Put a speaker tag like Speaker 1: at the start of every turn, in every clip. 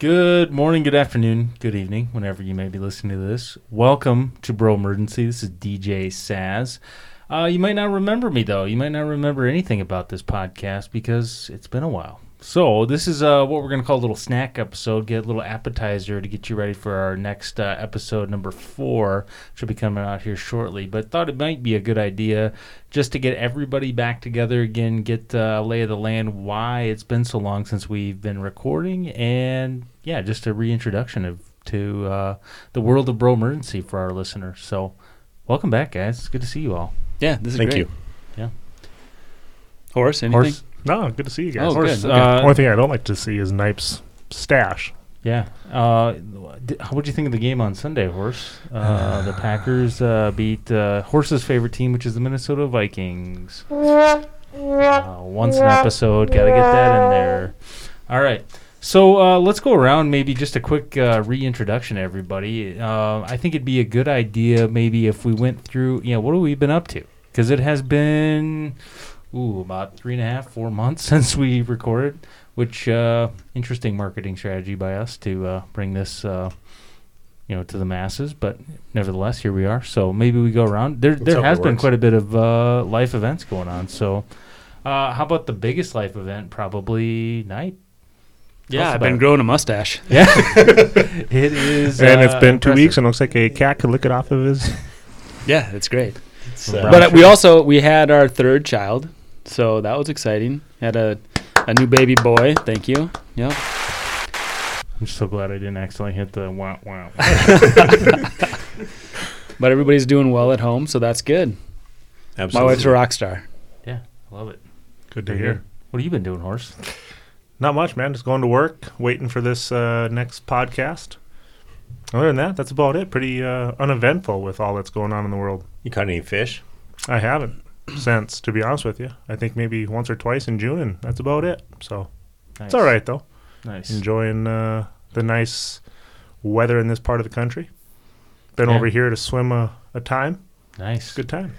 Speaker 1: Good morning, good afternoon, good evening, whenever you may be listening to this. Welcome to Bro Emergency. This is DJ Saz. Uh, you might not remember me, though. You might not remember anything about this podcast because it's been a while. So, this is uh, what we're going to call a little snack episode, get a little appetizer to get you ready for our next uh, episode, number four, which will be coming out here shortly. But thought it might be a good idea just to get everybody back together again, get uh, lay of the land, why it's been so long since we've been recording, and yeah, just a reintroduction of to uh, the world of Bro Emergency for our listeners. So, welcome back, guys. It's good to see you all.
Speaker 2: Yeah, this is
Speaker 3: Thank
Speaker 2: great.
Speaker 3: you.
Speaker 2: Horse, anything?
Speaker 1: Horse,
Speaker 3: No, good to see you guys.
Speaker 2: Oh,
Speaker 3: Or-
Speaker 2: good.
Speaker 1: horse,
Speaker 2: okay.
Speaker 1: uh,
Speaker 3: Only thing I don't like to see is Nipe's stash.
Speaker 1: Yeah. Uh, d- what would you think of the game on Sunday, Horse? Uh, the Packers uh, beat uh, Horse's favorite team, which is the Minnesota Vikings. Uh, once an episode, got to get that in there. All right. So uh, let's go around, maybe just a quick uh, reintroduction to everybody. Uh, I think it'd be a good idea, maybe, if we went through, you know, what have we been up to? Because it has been, ooh, about three and a half, four months since we recorded which uh, interesting marketing strategy by us to uh, bring this uh, you know to the masses but nevertheless here we are so maybe we go around there there
Speaker 3: hope it
Speaker 1: has been
Speaker 3: works.
Speaker 1: quite a bit of uh, life events going on so uh, how about the biggest life event probably night
Speaker 2: Yeah,
Speaker 1: Talk
Speaker 2: I've
Speaker 1: about
Speaker 2: been
Speaker 1: it.
Speaker 2: growing a mustache.
Speaker 1: yeah it is
Speaker 3: and it's
Speaker 1: uh,
Speaker 3: been two
Speaker 1: impressive.
Speaker 3: weeks, and looks like a cat could lick it off of his.
Speaker 2: Yeah, it's great.
Speaker 1: Brown
Speaker 2: But uh, we
Speaker 1: shirt.
Speaker 2: also we had our third child, so that was exciting. Had a a new baby boy. Thank you. Yep.
Speaker 1: I'm so glad I didn't accidentally hit the wow wow
Speaker 2: But everybody's doing well at home, so that's good. My wife's a rock star.
Speaker 1: love it
Speaker 3: Good
Speaker 1: Very good. what have you been doing horse
Speaker 3: Not much, man. Just going to work, waiting for this uh, next podcast. Other than that, that's about it. Pretty uh, uneventful with all that's going on in the world.
Speaker 4: You caught any fish?
Speaker 3: I haven't since, to be honest with you. I think maybe once or twice in June, and that's about it. So
Speaker 1: nice.
Speaker 3: it's all right though.
Speaker 1: nice
Speaker 3: Enjoying uh, the nice weather in this part of the country. Been
Speaker 1: Yeah.
Speaker 3: over here to swim a, a time.
Speaker 1: nice
Speaker 3: Good time.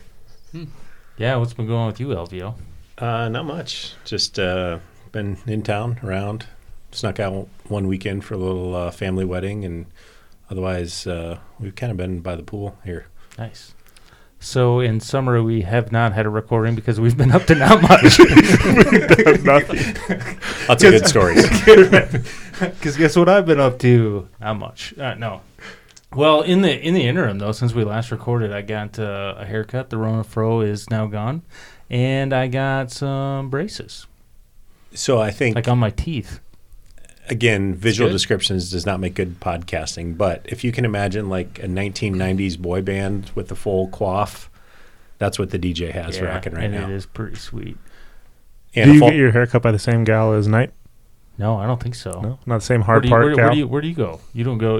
Speaker 1: yeah what's been going on with you LVO
Speaker 4: Uh, not much. Just uh, been in town, around. Snuck out one weekend for a little uh, family wedding, and otherwise uh, we've kind of been by the pool here.
Speaker 1: Nice. So in summary, we have not had a recording because we've been up to not much.
Speaker 4: Lots of good stories.
Speaker 1: Because guess what I've been up to? Not much. Uh, no. Well, in the in the interim though, since we last recorded, I got uh, a haircut. The Rona fro is now gone, and I got some braces,
Speaker 4: So I think
Speaker 1: like on my teeth.
Speaker 4: again, visual
Speaker 2: good.
Speaker 4: descriptions does not make good podcasting. But if you can imagine like a 1990s boy band with the full coif, that's what the DJ has rocking right
Speaker 1: and
Speaker 4: now.
Speaker 1: it is pretty sweet.
Speaker 4: And
Speaker 3: Do
Speaker 4: a
Speaker 3: you
Speaker 4: full-
Speaker 3: get your haircut by the same gal as Knight?
Speaker 1: No, I don't think so.
Speaker 3: No, not the same
Speaker 1: Where
Speaker 3: hard
Speaker 1: do, you,
Speaker 3: part
Speaker 1: where,
Speaker 3: gal.
Speaker 1: where do you where do you go? You don't go.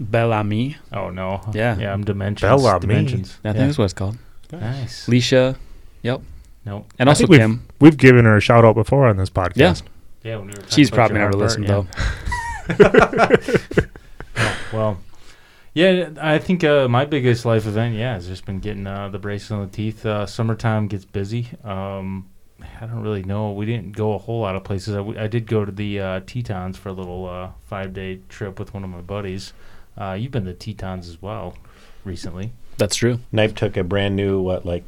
Speaker 2: Bellamy.
Speaker 1: Oh no.
Speaker 2: Yeah.
Speaker 1: Yeah. I'm dimensions.
Speaker 3: Bella me.
Speaker 1: dimensions.
Speaker 2: I think
Speaker 1: Yeah.
Speaker 2: that's what it's called.
Speaker 1: Nice.
Speaker 2: Leisha. Yep.
Speaker 1: No.
Speaker 2: And
Speaker 3: I
Speaker 2: also
Speaker 3: think we've-
Speaker 2: Kim.
Speaker 3: We've given her a shout out before on this podcast.
Speaker 2: Yeah.
Speaker 1: Yeah. When we were talking
Speaker 2: She's
Speaker 1: about
Speaker 2: probably
Speaker 1: your
Speaker 2: never
Speaker 1: hard part,
Speaker 2: listened
Speaker 1: yeah.
Speaker 2: though.
Speaker 1: Well, yeah, I think uh, my biggest life event, yeah, has just been getting uh, the braces on the teeth. Uh, summertime gets busy. Um, I don't really know. We didn't go a whole lot of places. I, w- I did go to the uh, Tetons for a little uh, five day trip with one of my buddies. Uh, you've been to Tetons as well recently.
Speaker 2: That's true.
Speaker 4: Knife took a brand new, what, like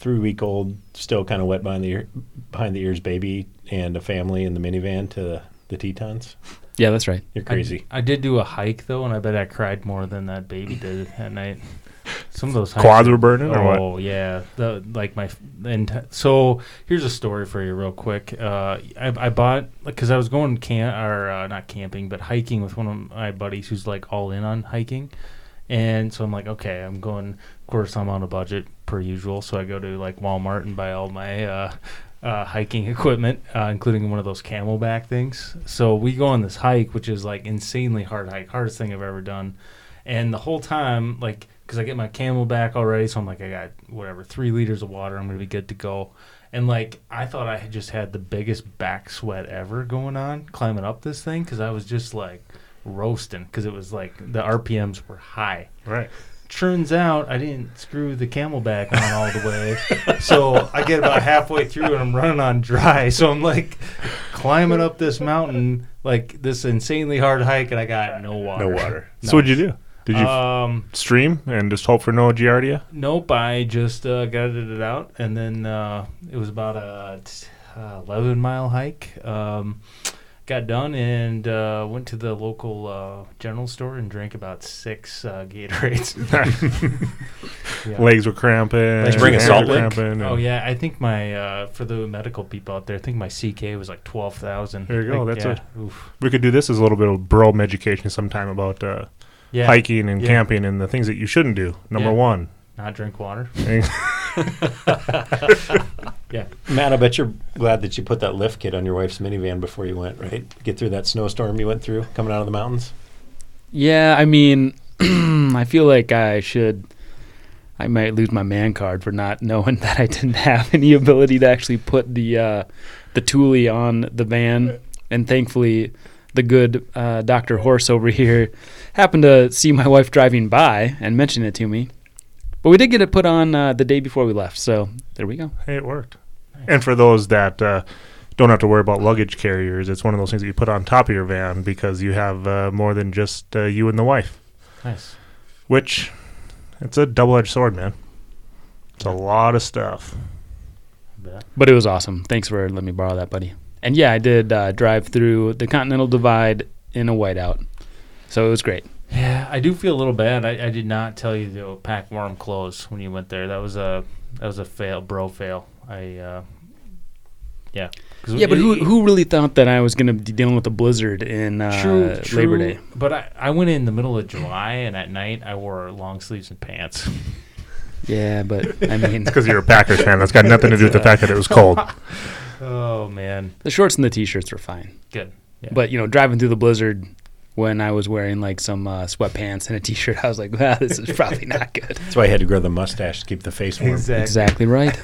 Speaker 4: three week old, still kind of wet behind the ear, behind the ears baby and a family in the minivan to the, the Tetons.
Speaker 2: Yeah, that's right.
Speaker 4: You're
Speaker 1: I-
Speaker 4: crazy.
Speaker 1: I, did do a hike though, and I bet I cried more than that baby did at night. Some of those hikes
Speaker 3: Quads were burning or what?
Speaker 1: Oh yeah, the like my f- the enti- so here's a story for you real quick. Uh, I, I bought because I was going camp or uh, not camping but hiking with one of my buddies who's like all in on hiking, and so I'm like okay I'm going. Of course I'm on a budget per usual, so I go to like Walmart and buy all my. Uh, uh, hiking equipment, uh, including one of those camelback things. So we go on this hike, which is like insanely hard hike, hardest thing I've ever done. And the whole time, like, because I get my camel back already, so I'm like, I got whatever, three liters of water. I'm going to be good to go. And, like, I thought I had just had the biggest back sweat ever going on climbing up this thing because I was just like roasting because it was like the RPMs were high.
Speaker 3: Right.
Speaker 1: turns out I didn't screw the camelback on all the way. so I get about halfway through and I'm running on dry. So I'm like climbing up this mountain, like this insanely hard hike, and I got no water.
Speaker 4: No water.
Speaker 3: So what'd you do? Did you f-
Speaker 1: Um,
Speaker 3: stream and just hope for no Giardia?
Speaker 1: Nope, I just uh, gutted it out, and then uh, it was about a t- uh, eleven mile hike. Um, got done and uh, went to the local uh, general store and drank about six uh, Gatorades. Yeah.
Speaker 3: Legs were cramping.
Speaker 4: Did you bring a
Speaker 3: hands
Speaker 4: salt
Speaker 3: were
Speaker 4: lick?
Speaker 3: cramping,
Speaker 1: Oh
Speaker 3: and-
Speaker 1: yeah, I think my uh, for the medical people out there, I think my CK was like twelve thousand.
Speaker 3: There you go,
Speaker 1: Like,
Speaker 3: that's
Speaker 1: yeah, oof.
Speaker 3: We could do this as a little bit of bro education sometime about uh,
Speaker 1: Yeah,
Speaker 3: hiking and
Speaker 1: Yeah.
Speaker 3: camping and the things that you shouldn't do. Number
Speaker 1: Yeah.
Speaker 3: one.
Speaker 1: not drink water.
Speaker 4: Matt, I bet you're glad that you put that lift kit on your wife's minivan before you went, right? Get through that snowstorm you went through coming out of the mountains.
Speaker 2: Yeah, I mean, I feel like I should. I might lose my man card for not knowing that I didn't have any ability to actually put the uh, the Thule on the van, and thankfully, the good uh, Doctor Horse over here happened to see my wife driving by and mentioned it to me. But we did get it put on uh, the day before we left, so there we go.
Speaker 3: Hey, it worked. And for those that uh, don't have to worry about luggage carriers, it's one of those things that you put on top of your van because you have uh, more than just uh, you and the wife,
Speaker 1: Nice.
Speaker 3: which it's a double edged sword, man. It's a lot of stuff.
Speaker 1: But,
Speaker 2: But it was awesome. Thanks for letting me borrow that, buddy. And yeah, I did uh, drive through the Continental Divide in a whiteout, so it was great.
Speaker 1: yeah, I do feel a little bad. I, I did not tell you to pack warm clothes when you went there. That was a that was a fail, bro fail. I uh, yeah. 'Cause
Speaker 2: Yeah, but
Speaker 1: it-
Speaker 2: who who really thought that I was going to be dealing with a blizzard in uh,
Speaker 1: True, true.
Speaker 2: Labor Day?
Speaker 1: But I, I went in the middle of July, and at night I wore long sleeves and pants.
Speaker 2: Yeah, but I mean,
Speaker 3: Because you're a Packers fan. That's got nothing to do with the fact that it was cold.
Speaker 1: Oh man,
Speaker 2: the shorts and the t-shirts were fine.
Speaker 1: good. Yeah.
Speaker 2: But you know, driving through the blizzard when I was wearing like some uh, sweatpants and a t-shirt, I was like, "Wow, this is probably not good."
Speaker 4: That's why I had to grow the mustache to keep the face warm.
Speaker 2: exactly right.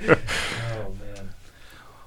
Speaker 1: Oh man.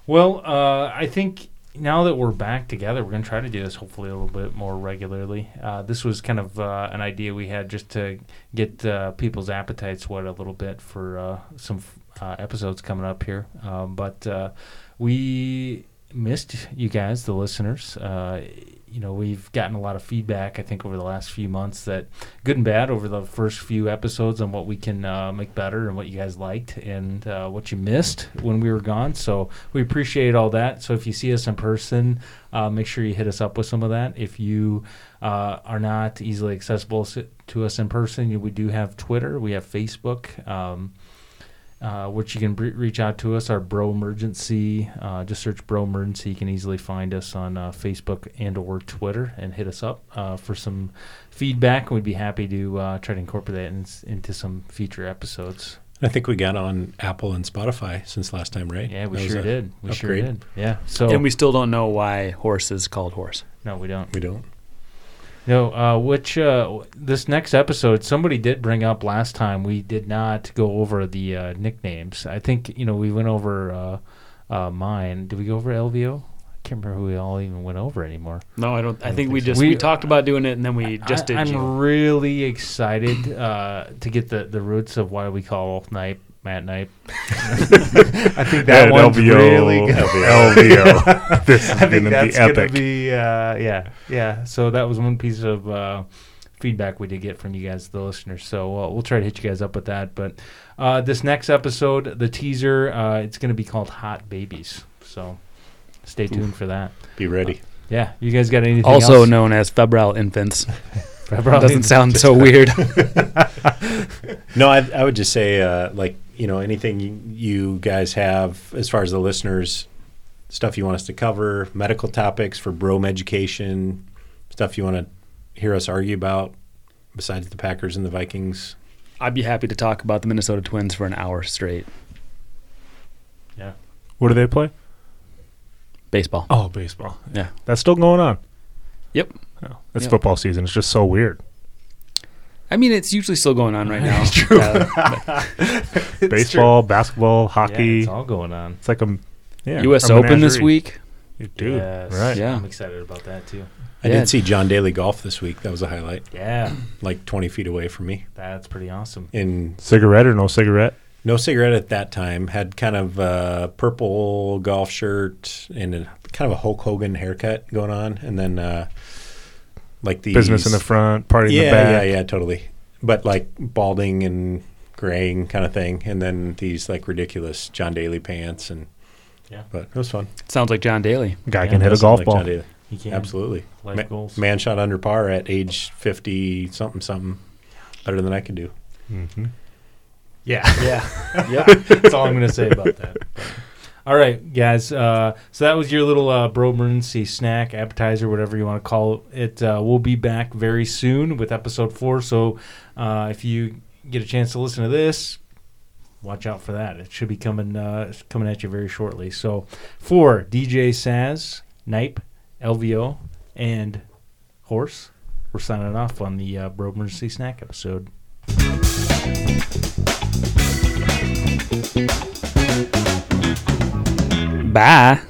Speaker 1: Well, uh, I think now that we're back together, we're going to try to do this hopefully a little bit more regularly. Uh, this was kind of uh, an idea we had just to get uh, people's appetites wet a little bit for uh, some uh, episodes coming up here. Um, but uh, we missed you guys, the listeners. Uh, you know, we've gotten a lot of feedback, I think, over the last few months that good and bad over the first few episodes on what we can uh, make better and what you guys liked and uh, what you missed when we were gone. So we appreciate all that. So if you see us in person, uh, make sure you hit us up with some of that. If you uh, are not easily accessible s- to us in person, you- we do have Twitter, we have Facebook. Um, uh, which you can bre- reach out to us, our Bro Emergency. Uh, just search Bro Emergency. You can easily find us on uh, Facebook and or Twitter and hit us up uh, for some feedback. We'd be happy to uh, try to incorporate that in, into some future episodes.
Speaker 4: I think we got on Apple and Spotify since last time, right?
Speaker 1: Yeah, we
Speaker 4: That was
Speaker 1: sure
Speaker 4: a-
Speaker 1: did. We sure
Speaker 4: upgrade.
Speaker 1: did. Yeah. So
Speaker 2: And we still don't know why horse is called horse.
Speaker 1: no, we don't.
Speaker 4: We don't.
Speaker 1: No, uh, which uh, w- this next episode, somebody did bring up last time. We did not go over the uh, nicknames. I think you know we went over uh, uh, mine. Did we go over LVO? I can't remember who we all even went over anymore.
Speaker 2: No, I don't. I, think, we
Speaker 1: so.
Speaker 2: just
Speaker 1: We-
Speaker 2: we, talked about doing it, and then we just
Speaker 1: I,
Speaker 2: did.
Speaker 1: I'm
Speaker 2: you.
Speaker 1: really excited uh, to get the, the roots of why we call Knipe Matt Knipe. I think that
Speaker 3: Yeah,
Speaker 1: one's
Speaker 3: LVO,
Speaker 1: really good.
Speaker 3: LVO. this is
Speaker 1: I think
Speaker 3: going to be
Speaker 1: that's gonna
Speaker 3: epic.
Speaker 1: be uh, yeah yeah. So that was one piece of uh, feedback we did get from you guys, the listeners. So uh, we'll try to hit you guys up with that. But uh, this next episode, the teaser, uh, it's going to be called Hot Babies. So stay tuned for that.
Speaker 4: Be ready.
Speaker 1: Yeah, you guys got anything?
Speaker 2: Also
Speaker 1: else?
Speaker 2: known as febrile infants.
Speaker 1: Probably-
Speaker 2: Doesn't sound so weird.
Speaker 4: No, I, I would just say, uh, like, you know, anything you, you guys have as far as the listeners, stuff you want us to cover, medical topics for brome education, stuff you want to hear us argue about besides the Packers and the Vikings.
Speaker 2: I'd be happy to talk about the Minnesota Twins for an hour straight.
Speaker 3: what do they play?
Speaker 2: Baseball.
Speaker 3: Oh, baseball.
Speaker 2: Yeah.
Speaker 3: That's still going on.
Speaker 2: Yep.
Speaker 3: Oh, it's
Speaker 2: Yep.
Speaker 3: football season. It's just so weird.
Speaker 2: I mean, it's usually still going on right now. true.
Speaker 3: Baseball, basketball,
Speaker 1: Yeah,
Speaker 3: hockey.
Speaker 1: it's all going on.
Speaker 3: It's like a m- yeah,
Speaker 2: U.S.
Speaker 3: a
Speaker 2: Open this
Speaker 3: menagerie.
Speaker 2: week.
Speaker 3: You do.
Speaker 1: Yes.
Speaker 3: Right.
Speaker 2: Yeah.
Speaker 1: I'm excited about that too.
Speaker 4: I
Speaker 2: Yeah.
Speaker 4: did see John Daly golf this week. That was a highlight,
Speaker 1: Yeah,
Speaker 4: like 20 feet away from me.
Speaker 1: that's pretty awesome.
Speaker 4: And
Speaker 3: Cigarette or no cigarette?
Speaker 4: no cigarette at that time. Had kind of a purple golf shirt and a, kind of a Hulk Hogan haircut going on. And then uh, like the
Speaker 3: Business in the front, party
Speaker 4: yeah,
Speaker 3: in the back.
Speaker 4: Yeah, yeah, totally. But like balding and graying kind of thing, and then these like ridiculous John Daly pants and
Speaker 1: Yeah.
Speaker 4: But it was fun.
Speaker 2: Sounds like John Daly.
Speaker 3: Guy
Speaker 1: Yeah,
Speaker 3: can hit a
Speaker 4: Does
Speaker 3: golf
Speaker 4: sound like
Speaker 3: ball.
Speaker 4: John Daly.
Speaker 1: You can
Speaker 4: Absolutely.
Speaker 1: life
Speaker 4: Ma-
Speaker 1: goals.
Speaker 4: Man shot under par at age fifty something something. Better than I could do.
Speaker 3: Mhm.
Speaker 1: Yeah, yeah, yeah. That's all I'm gonna say about that. All right, guys. Uh, so that was your little uh, bro emergency snack, appetizer, whatever you want to call it. Uh, we'll be back very soon with episode four. So uh, if you get a chance to listen to this, watch out for that. It should be coming uh, it's coming at you very shortly. So for DJ Saz, Nipe, LVO, and Horse, we're signing off on the uh, bro emergency snack episode.
Speaker 2: Bye.